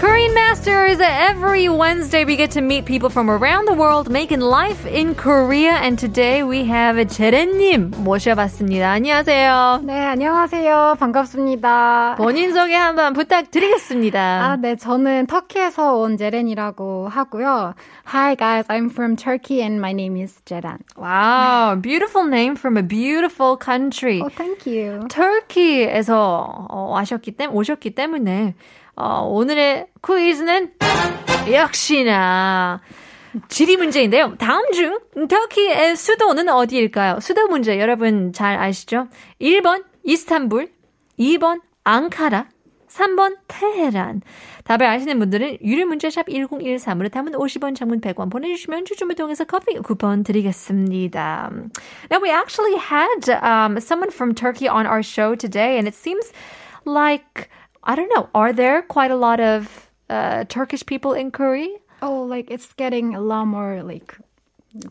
Korean Masters. Every Wednesday, we get to meet people from around the world making life in Korea. And today we have 제레님 모셔봤습니다. 안녕하세요. 네, 안녕하세요. 반갑습니다. 본인 소개 한번 부탁드리겠습니다. 아, 네, 저는 터키에서 온 제렌이라고 하고요. Hi guys, I'm from Turkey and my name is Jeren. wow, beautiful name from a beautiful country. Oh, thank you. 터키에서 어, 와셨기 때문에 오셨기 때문에 어, 오늘의 퀴즈는 역시나 지리 문제인데요. 다음 중 터키의 수도는 어디일까요? 수도 문제 여러분 잘 아시죠? 1번 이스탄불, 2번 앙카라, 3번 테헤란. 답을 아시는 분들은 유료 문제샵 1013으로 담은 50원, 장문 100원 보내주시면 추첨을 통해서 커피 쿠폰 드리겠습니다. Now we actually had um, someone from Turkey on our show today, and it seems like I don't know. Are there quite a lot of uh, Turkish people in Korea? Oh, like it's getting a lot more like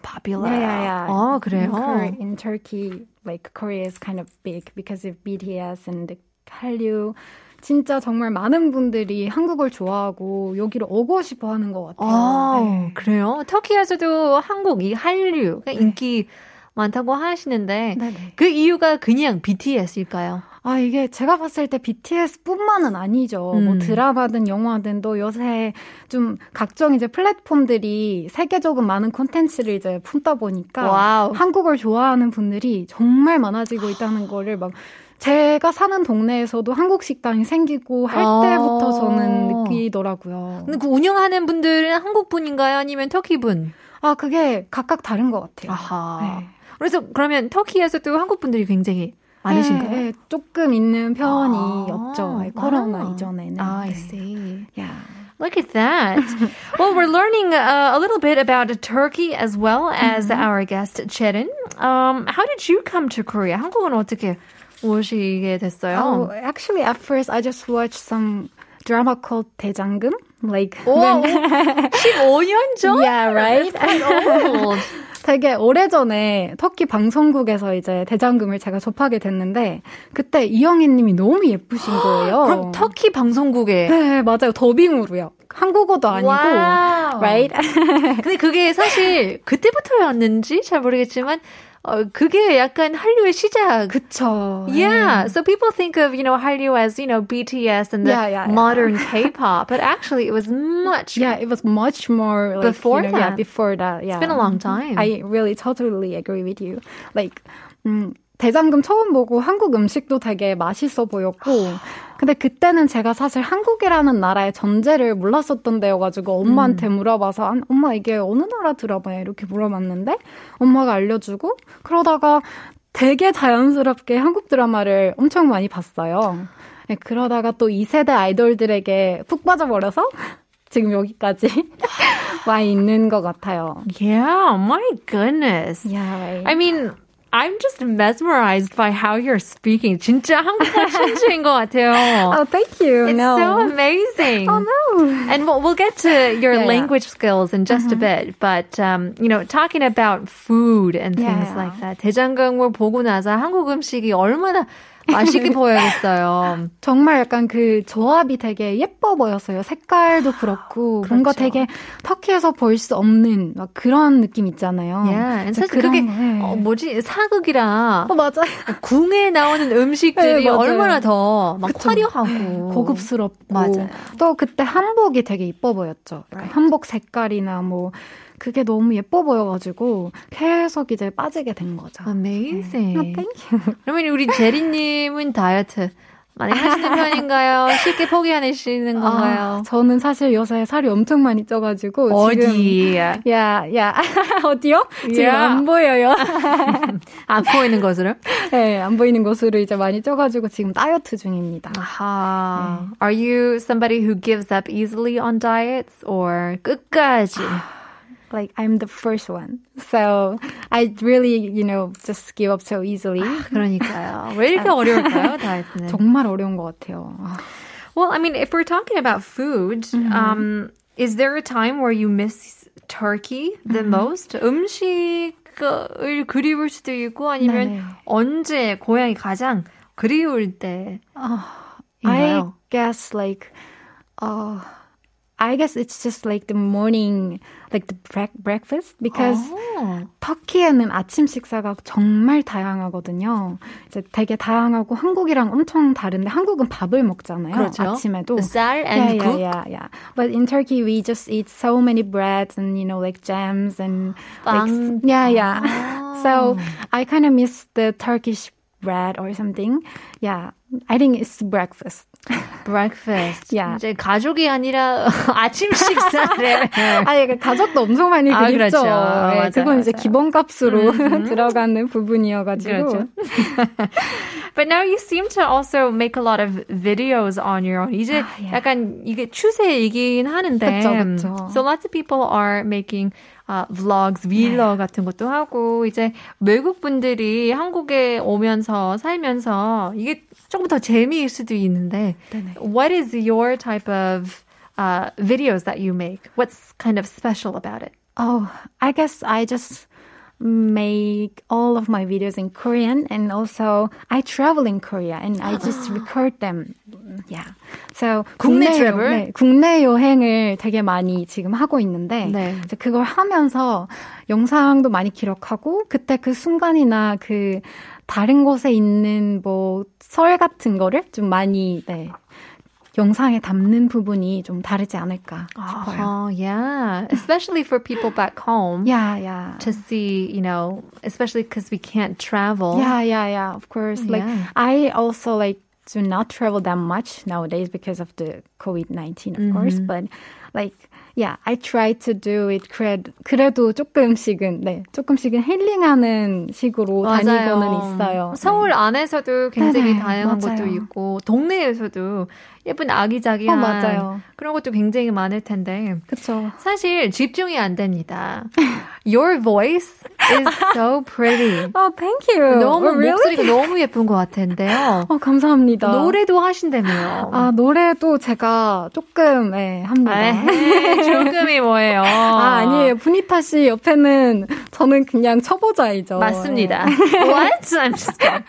Popular. yeah, yeah, yeah. 아 Oh, in, 그래요. Korea, in Turkey, like Korea is kind of big because of BTS and Hallyu. 진짜 정말 많은 분들이 한국을 좋아하고 여기로 오고 싶어 하는 것 같아요. 아, 네. 그래요? 터키에서도 한국 이 한류 그러니까 인기 많다고 하시는데 네네. 그 이유가 그냥 BTS일까요? 아, 이게 제가 봤을 때 BTS뿐만은 아니죠. 뭐 음. 드라마든 영화든 또 요새 좀 각종 이제 플랫폼들이 세계적으로 많은 콘텐츠를 이제 품다 보니까 와우. 한국을 좋아하는 분들이 정말 많아지고 있다는 거를 막 제가 사는 동네에서도 한국 식당이 생기고 할 아. 때부터 저는 느끼더라고요. 근데 그 운영하는 분들은 한국 분인가요? 아니면 터키 분? 아, 그게 각각 다른 것 같아요. 아하. 네. 그래서 그러면 터키에서도 한국 분들이 굉장히 많으신가요? 네, 네, 조금 있는 아. 편이었죠. 네, 코로나 아. 이전에는. 아, I 네. see. Yeah. Look at that. well, we're learning uh, a little bit about Turkey as well as Mm-hmm. our guest Cherin. Um, how did you come to Korea? 한국은 어떻게 오시게 Oh, 됐어요? actually, at first, I just watched some drama called 대장금. Like, 오, when- 15년 전? yeah, right? Old. 되게 오래전에 터키 방송국에서 이제 대장금을 제가 접하게 됐는데, 그때 이영애 님이 너무 예쁘신 거예요. 그럼 터키 방송국에 네, 맞아요. 더빙으로요. 한국어도 아니고. 와우. Right? 근데 그게 사실 그때부터였는지 잘 모르겠지만 어, 그게 약간 한류의 시작. 그쵸. Yeah, so people think of you know Hallyu as you know BTS and the Yeah, yeah, yeah. modern K-pop, but actually it was much. Yeah, it was much more like, Before you know, Yeah, that. before that. Yeah. it's been a long time. I really totally agree with you. Like, 음, 대장금 처음 보고 한국 음식도 되게 맛있어 보였고, 근데 그때는 제가 사실 한국이라는 나라의 전제를 몰랐었던 데여가지고 엄마한테 물어봐서, 아, 엄마 이게 어느 나라 드라마야? 이렇게 물어봤는데, 엄마가 알려주고, 그러다가 되게 자연스럽게 한국 드라마를 엄청 많이 봤어요. 네, 그러다가 또 2세대 아이돌들에게 푹 빠져버려서 지금 여기까지 와 있는 것 같아요. yeah, my goodness. Yeah, I mean, I'm just mesmerized by how you're speaking. 진짜 한국말 천재인 것 같아요. Oh, thank you. 어, It's no. so amazing. oh no. And we'll, we'll get to your Yeah, Mm-hmm. yeah. language skills in just a bit, but um, you know, talking about food and Yeah, things yeah. like that. 대장경을 보고 나서 한국 음식이 얼마나 맛있게 보여야겠어요. 정말 약간 그 조합이 되게 예뻐 보였어요. 색깔도 그렇고 뭔가 그렇죠. 되게 터키에서 볼 수 없는 막 그런 느낌 있잖아요. Yeah, and 사실 어, 그런 그게 거, 네. 어, 뭐지 사극이랑 어, 맞아요. 궁에 나오는 음식들이 네, 맞아요. 얼마나 더 막 그쵸. 화려하고 고급스럽고 맞아요. 또 그때 한복이 되게 예뻐 보였죠. 약간 Right. 한복 색깔이나 뭐 그게 너무 예뻐 보여가지고 계속 이제 빠지게 된 거죠. 아, 네. Amazing. thank you. 그러면 우리 제리님은 다이어트 많이 하시는 편인가요? 쉽게 포기하시는 건가요? 아, 저는 사실 요새 살이 엄청 많이 쪄가지고 지금 어디 아, 야, 야, 어디요? 지금 야. 안 보여요. 안 보이는 것으로? 네, 안 보이는 곳으로 이제 많이 쪄가지고 지금 다이어트 중입니다. 네. 아하. Are you somebody who gives up easily on diets or 끝까지? 아. Like, I'm the first one. So, I really, you know, just give up so easily. 그러니까요. 왜 이렇게 어려울까요, 다이어트는? 정말 어려운 것 같아요. 네. 아, Mm-hmm. Well, I mean, if we're talking about food, um, is there a time where you miss Turkey the Mm-hmm. most? 음식을 그리울 수도 있고 아니면 네네. 언제 고향이 가장 그리울 때 I 인가요? guess like uh I guess it's just like the morning like the break, breakfast because 어. 터키에는 아침 식사가 정말 다양하거든요. 이제 되게 다양하고 한국이랑 엄청 다른데 한국은 밥을 먹잖아요. 그렇죠. 아침에도. 쌀 Yeah, and yeah, 국 yeah, yeah. But in Turkey, we just eat so many breads and you know like jams and like 빵. yeah, yeah. so Oh. I kind of miss the Turkish bread or something. Yeah, I think it's breakfast. breakfast. Yeah. 이제 가족이 아니라 아침 식사를 아니, 그 가족도 엄청 많이 아, 그립죠. 그렇죠. 예, 맞아요, 그건 이제 맞아요. 기본값으로 들어가는 부분이어가지고. 그렇죠. But now you seem to also make a lot of videos on your own. 이제 Ah, yeah. 약간 이게 추세이긴 하는데. 그쵸, 그쵸. So lots of people are making uh, vlogs, vlog 같은 것도 하고 이제 외국 분들이 한국에 오면서 살면서 이게 조금 더 재미일 수도 있는데. 네네. What is your type of uh, videos that you make? What's kind of special about it? Oh, I guess I just make all of my videos in Korean and also I travel in Korea and I just record them. Yeah. So 국내 여- travel? 네, 국내 여행을 되게 많이 지금 하고 있는데 네. 이제 그걸 하면서 영상도 많이 기록하고 그때 그 순간이나 그 다른 곳에 있는 뭐 설 같은 거를 좀 많이 네. 영상에 담는 부분이 좀 다르지 않을까 싶어요. Oh, yeah. Especially for people back home. 야, 야. to see, you know, especially because we can't travel. Yeah, yeah, yeah. Of course. Like Oh. Yeah. I also like do not travel that much nowadays because of the COVID nineteen, of course. Mm-hmm. But like, yeah, I try to do it. 그래도, 그래도 조금씩은 네, 조금씩은 힐링하는 식으로 다니고는 있어요. 네. 서울 안에서도 굉장히 네네, 다양한 맞아요. 것도 있고 동네에서도 예쁜 네. 어, 아기자기한 맞아요. 그런 것도 굉장히 많을 텐데 그렇죠. 사실 집중이 안 됩니다. Your voice is so pretty. Oh, thank you. 너무 oh, really? 목소리가 너무 예쁜 것 같은데요. 어, 감사합니다. 노래도 하신다며요. 아 노래도 제가 조금 네, 합니다. 아, 에헤이, 조금이 뭐예요? 아, 아니에요. 분이타 씨 옆에는 저는 그냥 초보자이죠. 네. 맞습니다. What? I'm just kidding.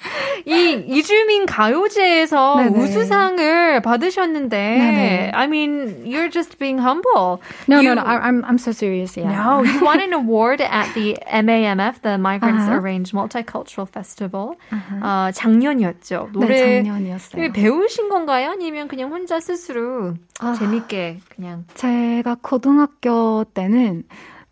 이 이주민 가요제에서 네네. 우수상을 받으셨는데, 네네. I mean, you're just being humble. No, you, no, no. I- I'm I'm so serious. Yeah. No, you won an award at the MAMF, the Migrants Uh-huh. Arranged Multicultural Festival. 아, 어, 작년이었죠. 노래 네, 작년이었어요. 배우신 건가요? 아니면 그냥 혼자 스스로 아. 재밌게 그냥 제가 고등학교 때는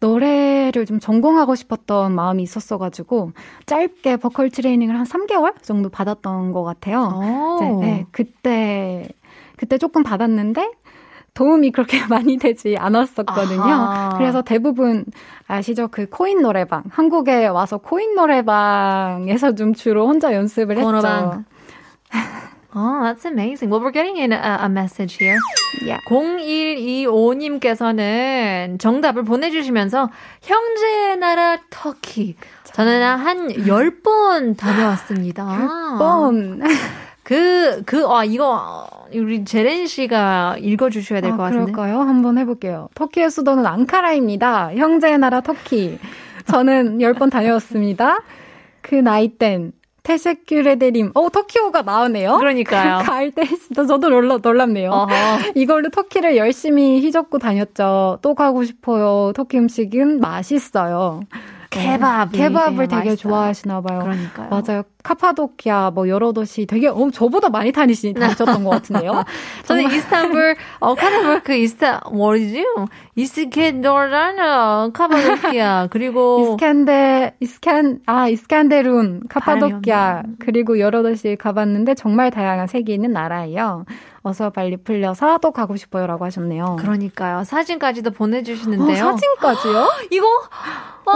노래를 좀 전공하고 싶었던 마음이 있었어가지고 짧게 보컬 트레이닝을 한 3개월 정도 받았던 것 같아요. 이제, 오. 네, 그때 그때 조금 받았는데 도움이 그렇게 많이 되지 않았었거든요. 아하. 그래서 대부분 아시죠? 그 코인 노래방 한국에 와서 코인 노래방에서 좀 주로 혼자 연습을 번호방. 했죠. Oh, that's amazing. Well, we're getting in a, a message here. Yeah. 0125님께서는 정답을 보내주시면서 형제의 나라 터키. 저는 한 10번 다녀왔습니다. 어. 뻔. 그, 그, 아, 이거 우리 제렌 씨가 읽어주셔야 될 것 아, 같은데. 그럴까요? 한번 해볼게요. 터키의 수도는 앙카라입니다. 형제의 나라 터키. 저는 10번 다녀왔습니다. 그 나이 땐 테세큐레데림. 어, 터키어가 나오네요. 그러니까요. 가을 때 진짜 저도 놀라, 놀랍네요. 어허. 이걸로 터키를 열심히 휘젓고 다녔죠. 또 가고 싶어요. 터키 음식은 맛있어요. 아, 네. 케밥. 케밥을 되게 좋아하시나 봐요. 네, 그러니까요. 맞아요. 카파도키아 뭐 여러 도시 되게 어, 저보다 많이 다니시 다니셨던 것 같은데요. 저는 이스탄불, 어, 카나불 그 이스탄, 뭐지? 이스켄도라나, 카바도키아, 그리고. 이스칸데 이스칸 아 이스칸데룬 카파도키아 발음이 그리고 여러 도시 가봤는데 정말 다양한 색이 있는 나라예요. 어서 빨리 풀려서 또 가고 싶어요라고 하셨네요. 그러니까요. 사진까지도 어, 보내주시는데요. 사진까지요? 이거 와,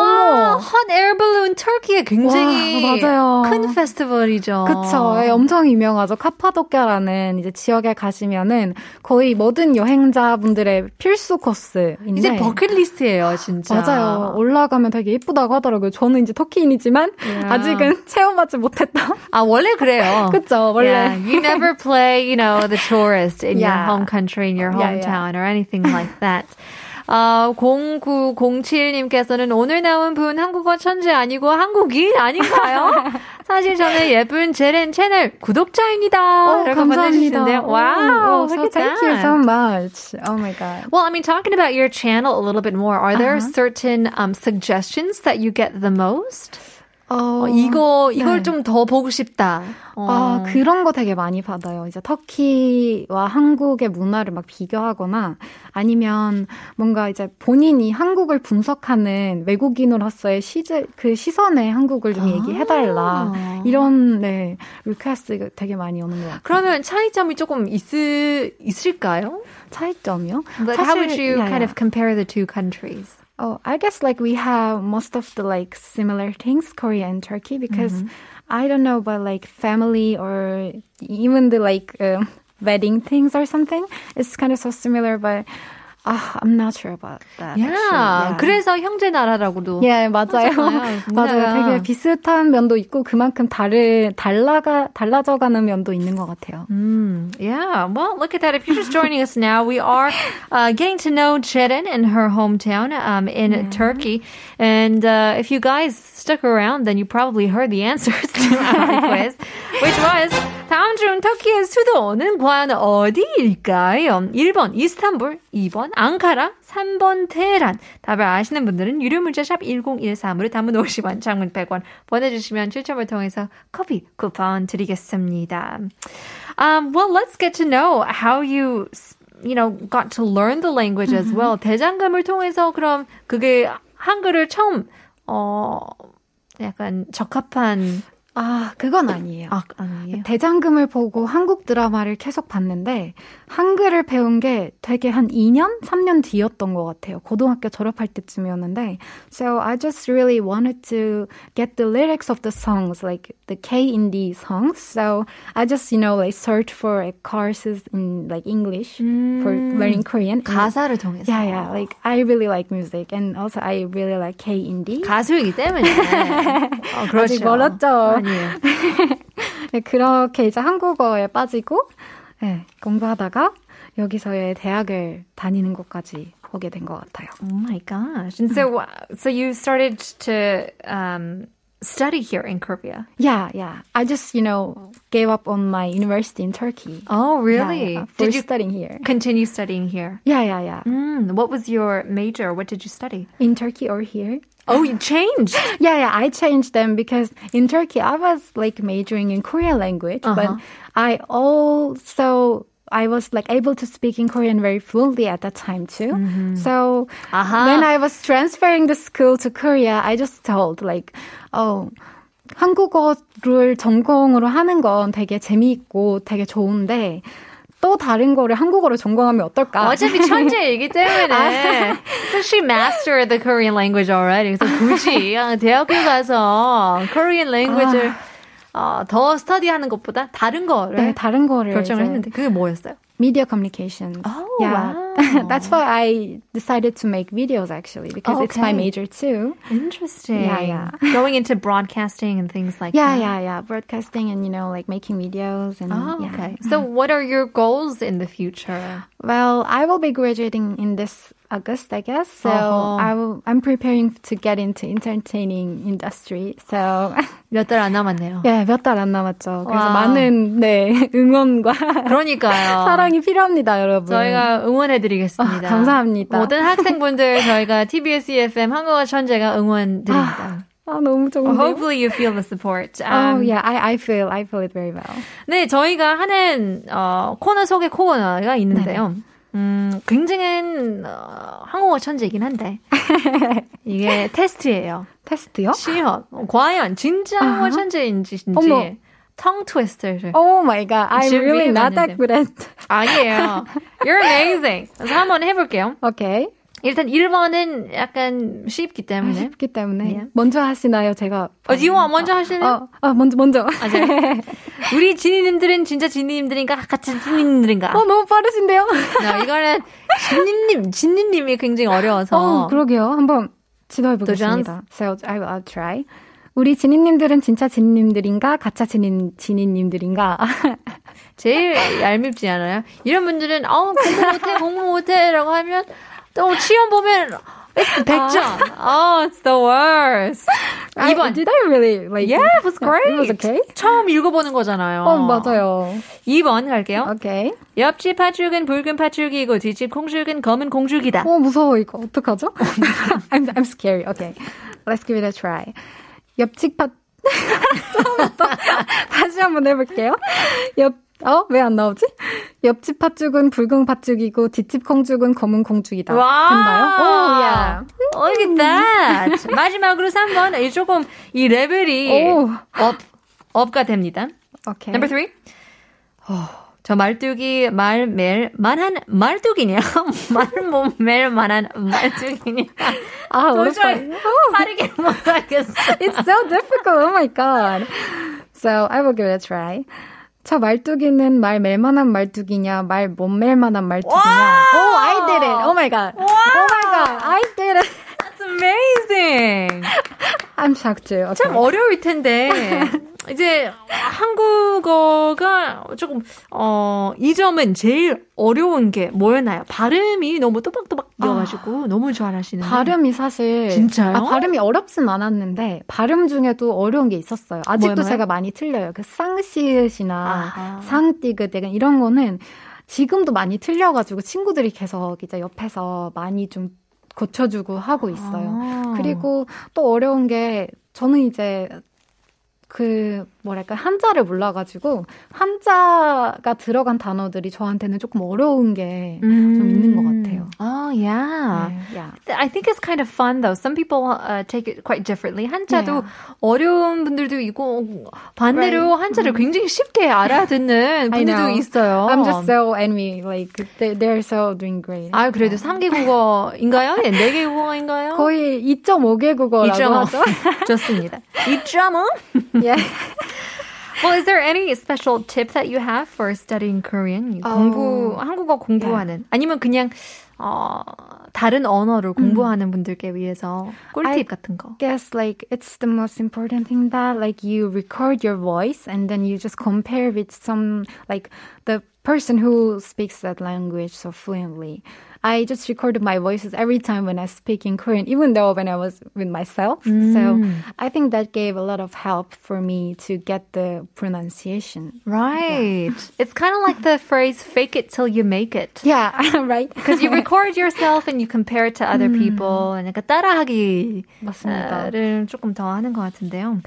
어머. 핫 에어블룬 터키의 굉장히 와, 맞아요. 큰 어. 페스티벌이죠. 그쵸. 예, 엄청 유명하죠. 카파도키아라는 이제 지역에 가시면은 거의 모든 여행자분들의 필수 코스인데. 이제 버킷리스트예요, 진짜. 네. 맞아요. 올라가면 되게 예쁘다고 하더라고요. 저는 이제 터키인이지만 이야. 아직은 체험하지 못했다. 아 원래 그래요. 그쵸. 원래. Yeah, you never play, you know, the tourist in your Yeah. home country, in your Yeah, yeah. hometown, or anything like that. 아, 0907님께서는 오늘 나온 분 한국어 천재 아니고 한국인 아닌가요? 사실 저는 예쁜 제렌 채널 구독자입니다. 어, 라고 감사합니다. 보내주시는데요. 와우, Oh, so look at thank you that. so much. Oh my god. Well, I mean, talking about your channel a little bit more, are there Uh-huh. certain um, suggestions that you get the most? 어, 어, 이거 이걸 네. 좀 더 보고 싶다. 어. 아, 그런 거 되게 많이 받아요. 이제 터키와 한국의 문화를 막 비교하거나 아니면 뭔가 이제 본인이 한국을 분석하는 외국인으로서의 시제, 그 시선에 한국을 아. 좀 얘기해달라. 이런, 네, 리퀘스트가 되게 많이 오는 것 같아요. 그러면 차이점이 조금 있을 있을까요? 차이점이요? Like, how would 사실- you 야, kind 야. of compare the two countries? Oh, I guess like we have most of the like similar things, Korea and Turkey, because I don't know, but like family or even the like um, wedding things or something, it's kind of so similar, but uh, I'm not sure about that. Yeah. actually. 그래서 형제 나라라고도. 예, 맞아요. 맞아요. 문화가. 맞아요. 되게 비슷한 면도 있고 그만큼 다를 달라가 달라져가는 면도 있는 것 같아요. Yeah, well, look at that. If you're just joining us now, we are uh, getting to know Ceren in her hometown um, in Turkey. And uh, if you guys stuck around, then you probably heard the answers to our quiz, which was 다음 중 터키의 수도는 과연 어디일까요? 1번 이스탄불, 2번 앙카라, 3번 테헤란. 답을 아시는 분들은 유료 문자 샵 1013으로 담은 50원, 장문 100원 보내주시면 추첨을 통해서 커피 쿠폰 드리겠습니다. Um, well, let's get to know how you, s- you know, got to learn the language as well. 대장금을 통해서 그럼 그게 한글을 처음 어 약간 적합한 아, 그건 아니에요. 아 아니에요. 대장금을 보고 한국 드라마를 계속 봤는데 한글을 배운 게 되게 한 2년, 3년 뒤였던 것 같아요. 고등학교 졸업할 때쯤이었는데 So I just really wanted to get the lyrics of the songs, like the K-indie songs. So I just, you know, like search for like, courses in like English for learning Korean. 음. 가사를 통해서. Yeah, yeah. Like I really like music and also I really like K-indie. 가수이기 때문에. 어, 그렇죠. 아직 멀었죠. 아니에요. 네, 그렇게 이제 한국어에 빠지고 네, 공부하다가 여기서의 대학을 다니는 곳까지 오게 된 것 같아요. Oh my gosh. And so uh, so you started to um study here in Korea. Yeah, yeah. I just, you know, gave up on my university in Turkey. Oh, really? Yeah, yeah, for Did you studying here. continue studying here? Yeah, yeah, yeah. Mm, what was your major? What did you study? In Turkey or here? Oh, you changed. Yeah, yeah. I changed them because in Turkey I was like majoring in Korean language, but Uh-huh. I also I was like able to speak in Korean very fluently at that time too. Mm-hmm. So Aha. when I was transferring the school to Korea, I just told like, oh. 한국어를 전공으로 하는 건 되게 재미있고 되게 좋은데 또 다른 거를 한국어로 전공하면 어떨까? 어차피 천재이기 때문에. so she mastered the Korean language already. 그래서 굳이 아, 대학교 가서 Korean language를 어, 더 스터디하는 것보다 다른 거를 네, 다른 거를 결정을 이제 했는데 그게 뭐였어요? media communications. Oh, wow. That's why I decided to make videos actually because it's my Okay. major too. Interesting. Yeah, Going into broadcasting and things like Yeah, that. yeah, yeah. Broadcasting and you know like making videos and Oh, yeah. okay. So what are your goals in the future? Well, I will be graduating in this August, I guess. So Uh-huh. I will I'm preparing to get into entertaining industry. So 몇 달 안 남았네요. 예, 몇 달 안 남았죠. 그래서 와. 많은 네, 응원과 그러니까요. 사랑이 필요합니다, 여러분. 저희가 응원해드리겠습니다. 아, 감사합니다. 모든 학생분들 저희가 TBS EFM 한국어 천재가 응원드립니다. 아, 너무 좋은데요. Hopefully you feel the support. Oh Um, yeah, I I feel I feel it very well. 네, 저희가 하는 어, 코너 속의 코너가 있는데요. 네. 음, 굉장히 어, 한국어 천재이긴 한데 이게 테스트예요. 테스트요? 시험. 어, 과연 진짜 한국어 천재인지 어머. 텅 트위스터를 Oh my god, I'm 준비해 really not 봤는데. that good at. 아니에요. You're amazing. 그래서 한번 해볼게요. 오케이. 일단 1번은 약간 쉽기 때문에 아, 쉽기 때문에 네. 먼저 하시나요, 제가? 어, 지원 먼저 하시는? 어, 어, 먼저 먼저. 아, 제 우리 지니님들은 진짜 지니님들인가? 같은 지니님들인가? 어, 너무 빠르신데요? 나 이거는 지니님, 지니님이 굉장히 어, 어려워서. 그러게요. 한번 지도해 보겠습니다. 도전. So I will I'll try. 우리 지니님들은 진짜 지니님들인가 가짜 지니 지니님들인가? 제일 얄밉지 않아요? 이런 분들은, 어, 공부 못해, 공부 못해, 라고 하면, 또 시험 보면 it's 아. 100점. Oh, it's the worst. I, 2번. Did I really like? Yeah, it was great. 아, 어, It was okay. 처음 읽어보는 거잖아요. 어 맞아요. 2번 갈게요. 오케이. 옆집 팥죽은 붉은 팥죽이고 뒷집 콩죽은 검은 콩죽이다. 어 무서워 이거 어떡하죠? I'm I'm scary. Okay, let's give it a try. 옆집 팥 처음부터 다시 한번 해볼게요. 옆어왜 안 나오지? 옆집 팥죽은 붉은 팥죽이고 뒷집 콩죽은 검은 콩죽이다. 와. 됐나요? 오 야. 음. Look at that. 마지막으로 3번. 이 조금 이 레벨이 오. 네. 업, 업가 됩니다. 오케이. Number three. 어, 저 말뚝이 말멜 만한 말뚝이냐? 말을 못 멜 만한 말뚝이냐? 아 어렵다. 도저히 빠르게 못 하겠어. It's so difficult. Oh my god. So I will give it a try. 저 말뚝이는 말 멜만한 말뚝이냐, 말 못 멜만한 말뚝이냐. Oh, I did it. Oh my god. Oh my god. I did it. That's amazing. I'm shocked too. Okay. 참 어려울 텐데 이제 한국어가 조금 어이 점은 제일 어려운 게 뭐였나요? 발음이 너무 또박또박이어가지고 너무 잘하시는 아, 발음이 사실 진짜요? 아, 발음이 어렵진 않았는데 발음 중에도 어려운 게 있었어요. 뭐요, 아직도 뭐요? 제가 많이 틀려요. 그 쌍시읒이나 아하. 상띠그대근 이런 거는 지금도 많이 틀려가지고 친구들이 계속 이제 옆에서 많이 좀 고쳐주고 하고 있어요. 아. 그리고 또 어려운 게 저는 이제 그 뭐랄까 한자를 몰라가지고 한자가 들어간 단어들이 저한테는 조금 어려운 게 음. 좀 있는 것 같아요. 아, yeah. 네, 야. I think it's kind of fun though. Some people uh, take it quite differently. 한자도 Yeah. 어려운 분들도 있고 반대로 한자를 굉장히 쉽게 알아듣는 음. I 분들도 know. 있어요. I'm just so envy. Like they, they're so doing great. 아 그래도 3개 국어인가요? 예, 4개 국어인가요? 거의 2.5개 국어라고 2.5. 하죠. 좋습니다. 2.5. 예. Well, is there any special tip that you have for studying Korean? 공부 한국어 공부하는 아니면 그냥 어, 다른 언어를 공부하는 분들께 위해서 꿀팁 I- 같은 거. Guess like it's the most important thing that like you record your voice and then you just compare with some like the person who speaks that language so fluently. I just recorded my voices every time when I speak in Korean, even though when I was with myself. So I think that gave a lot of help for me to get the pronunciation. Right. It's kind of like the phrase fake it till you make it. Yeah, right. Because you record yourself and you compare it to other people. 그러니까 따라하기. 맞습니다. 를 조금 더 하는 것 같은데요.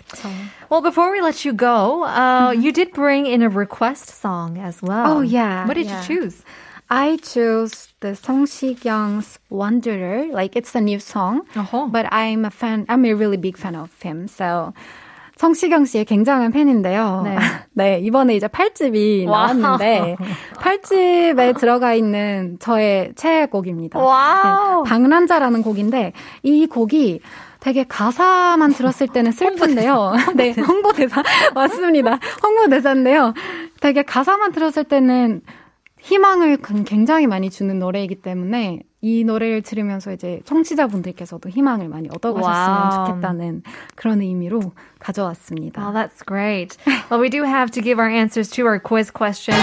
Well, before we let you go, uh, you did bring in a request song as well. Oh, yeah, What did yeah. you choose? I chose the Song Si-kyung's Wanderer. Like it's a new song, 어허. but I'm a fan. I'm a really big fan of him. So 성시경 씨의 굉장한 팬인데요. 네. 네, 이번에 이제 8집이 나왔는데 8집에 들어가 있는 저의 최애곡입니다. 와우. 네, 방랑자라는 곡인데 이 곡이 되게 가사만 들었을 때는 슬픈데요. 네, 홍보대사 맞습니다. 홍보대사인데요. 되게 가사만 들었을 때는 희망을 굉- 굉장히 많이 주는 노래이기 때문에 이 노래를 들으면서 이제 청취자분들께서도 희망을 많이 얻어가셨으면 와우. 좋겠다는 그런 의미로 가져왔습니다. Oh, that's great. Well, we do have to give our answers to our quiz question.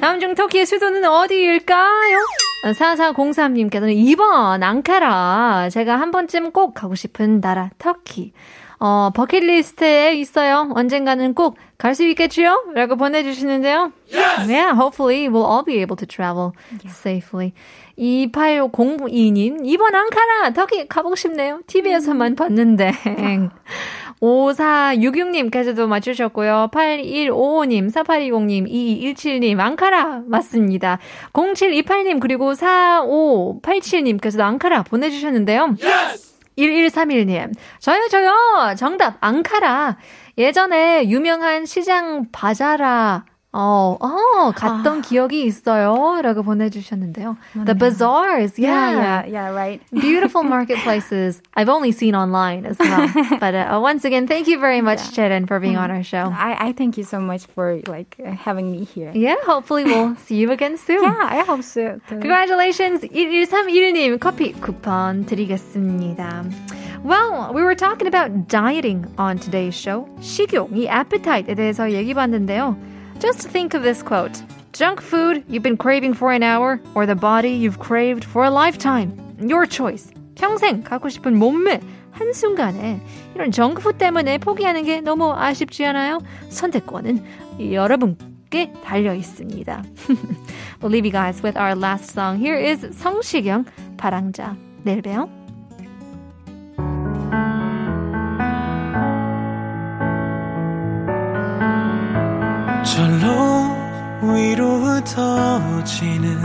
다음 중 터키의 수도는 어디일까요? 4403님께서는 2번 앙카라. 제가 한 번쯤 꼭 가고 싶은 나라 터키. 어, 버킷리스트에 있어요. 언젠가는 꼭 갈 수 있겠지요? 라고 보내주시는데요. Yes! Yeah, hopefully we'll all be able to travel safely. 28502님, 2번 앙카라, 터키 가보고 싶네요. TV에서만 봤는데. 5466님까지도 맞추셨고요. 8155님, 4820님, 2217님, 앙카라 맞습니다. 0728님, 그리고 4587님께서도 앙카라 보내주셨는데요. 1131님. 저요, 저요! 정답, 앙카라. 예전에 유명한 시장 바자라, 어, 어, 갔던 기억이 있어요. 라고 보내주셨는데요. The bazaars, yeah. yeah, yeah, right. Beautiful marketplaces. I've only seen online as well. But uh, once again, thank you very much, Chetan, for being on our show. I, I thank you so much for like having me here. Yeah, hopefully we'll see you again soon. Yeah, I hope so. too. Congratulations, 1131님 커피 쿠폰 드리겠습니다. Well, we were talking about dieting on today's show. 식욕, 이 appetite에 대해서 얘기 봤는데요. Just think of this quote. Junk food you've been craving for an hour or the body you've craved for a lifetime. your choice. 평생 갖고 싶은 몸매. 한순간에 이런 정크푸 때문에 포기하는 게 너무 아쉽지 않아요? 선택권은 여러분께 달려 있습니다. we'll leave you guys with our last song. Here is 성시경, 바랑자. 내일 봬요. 절로 위로 흩어지는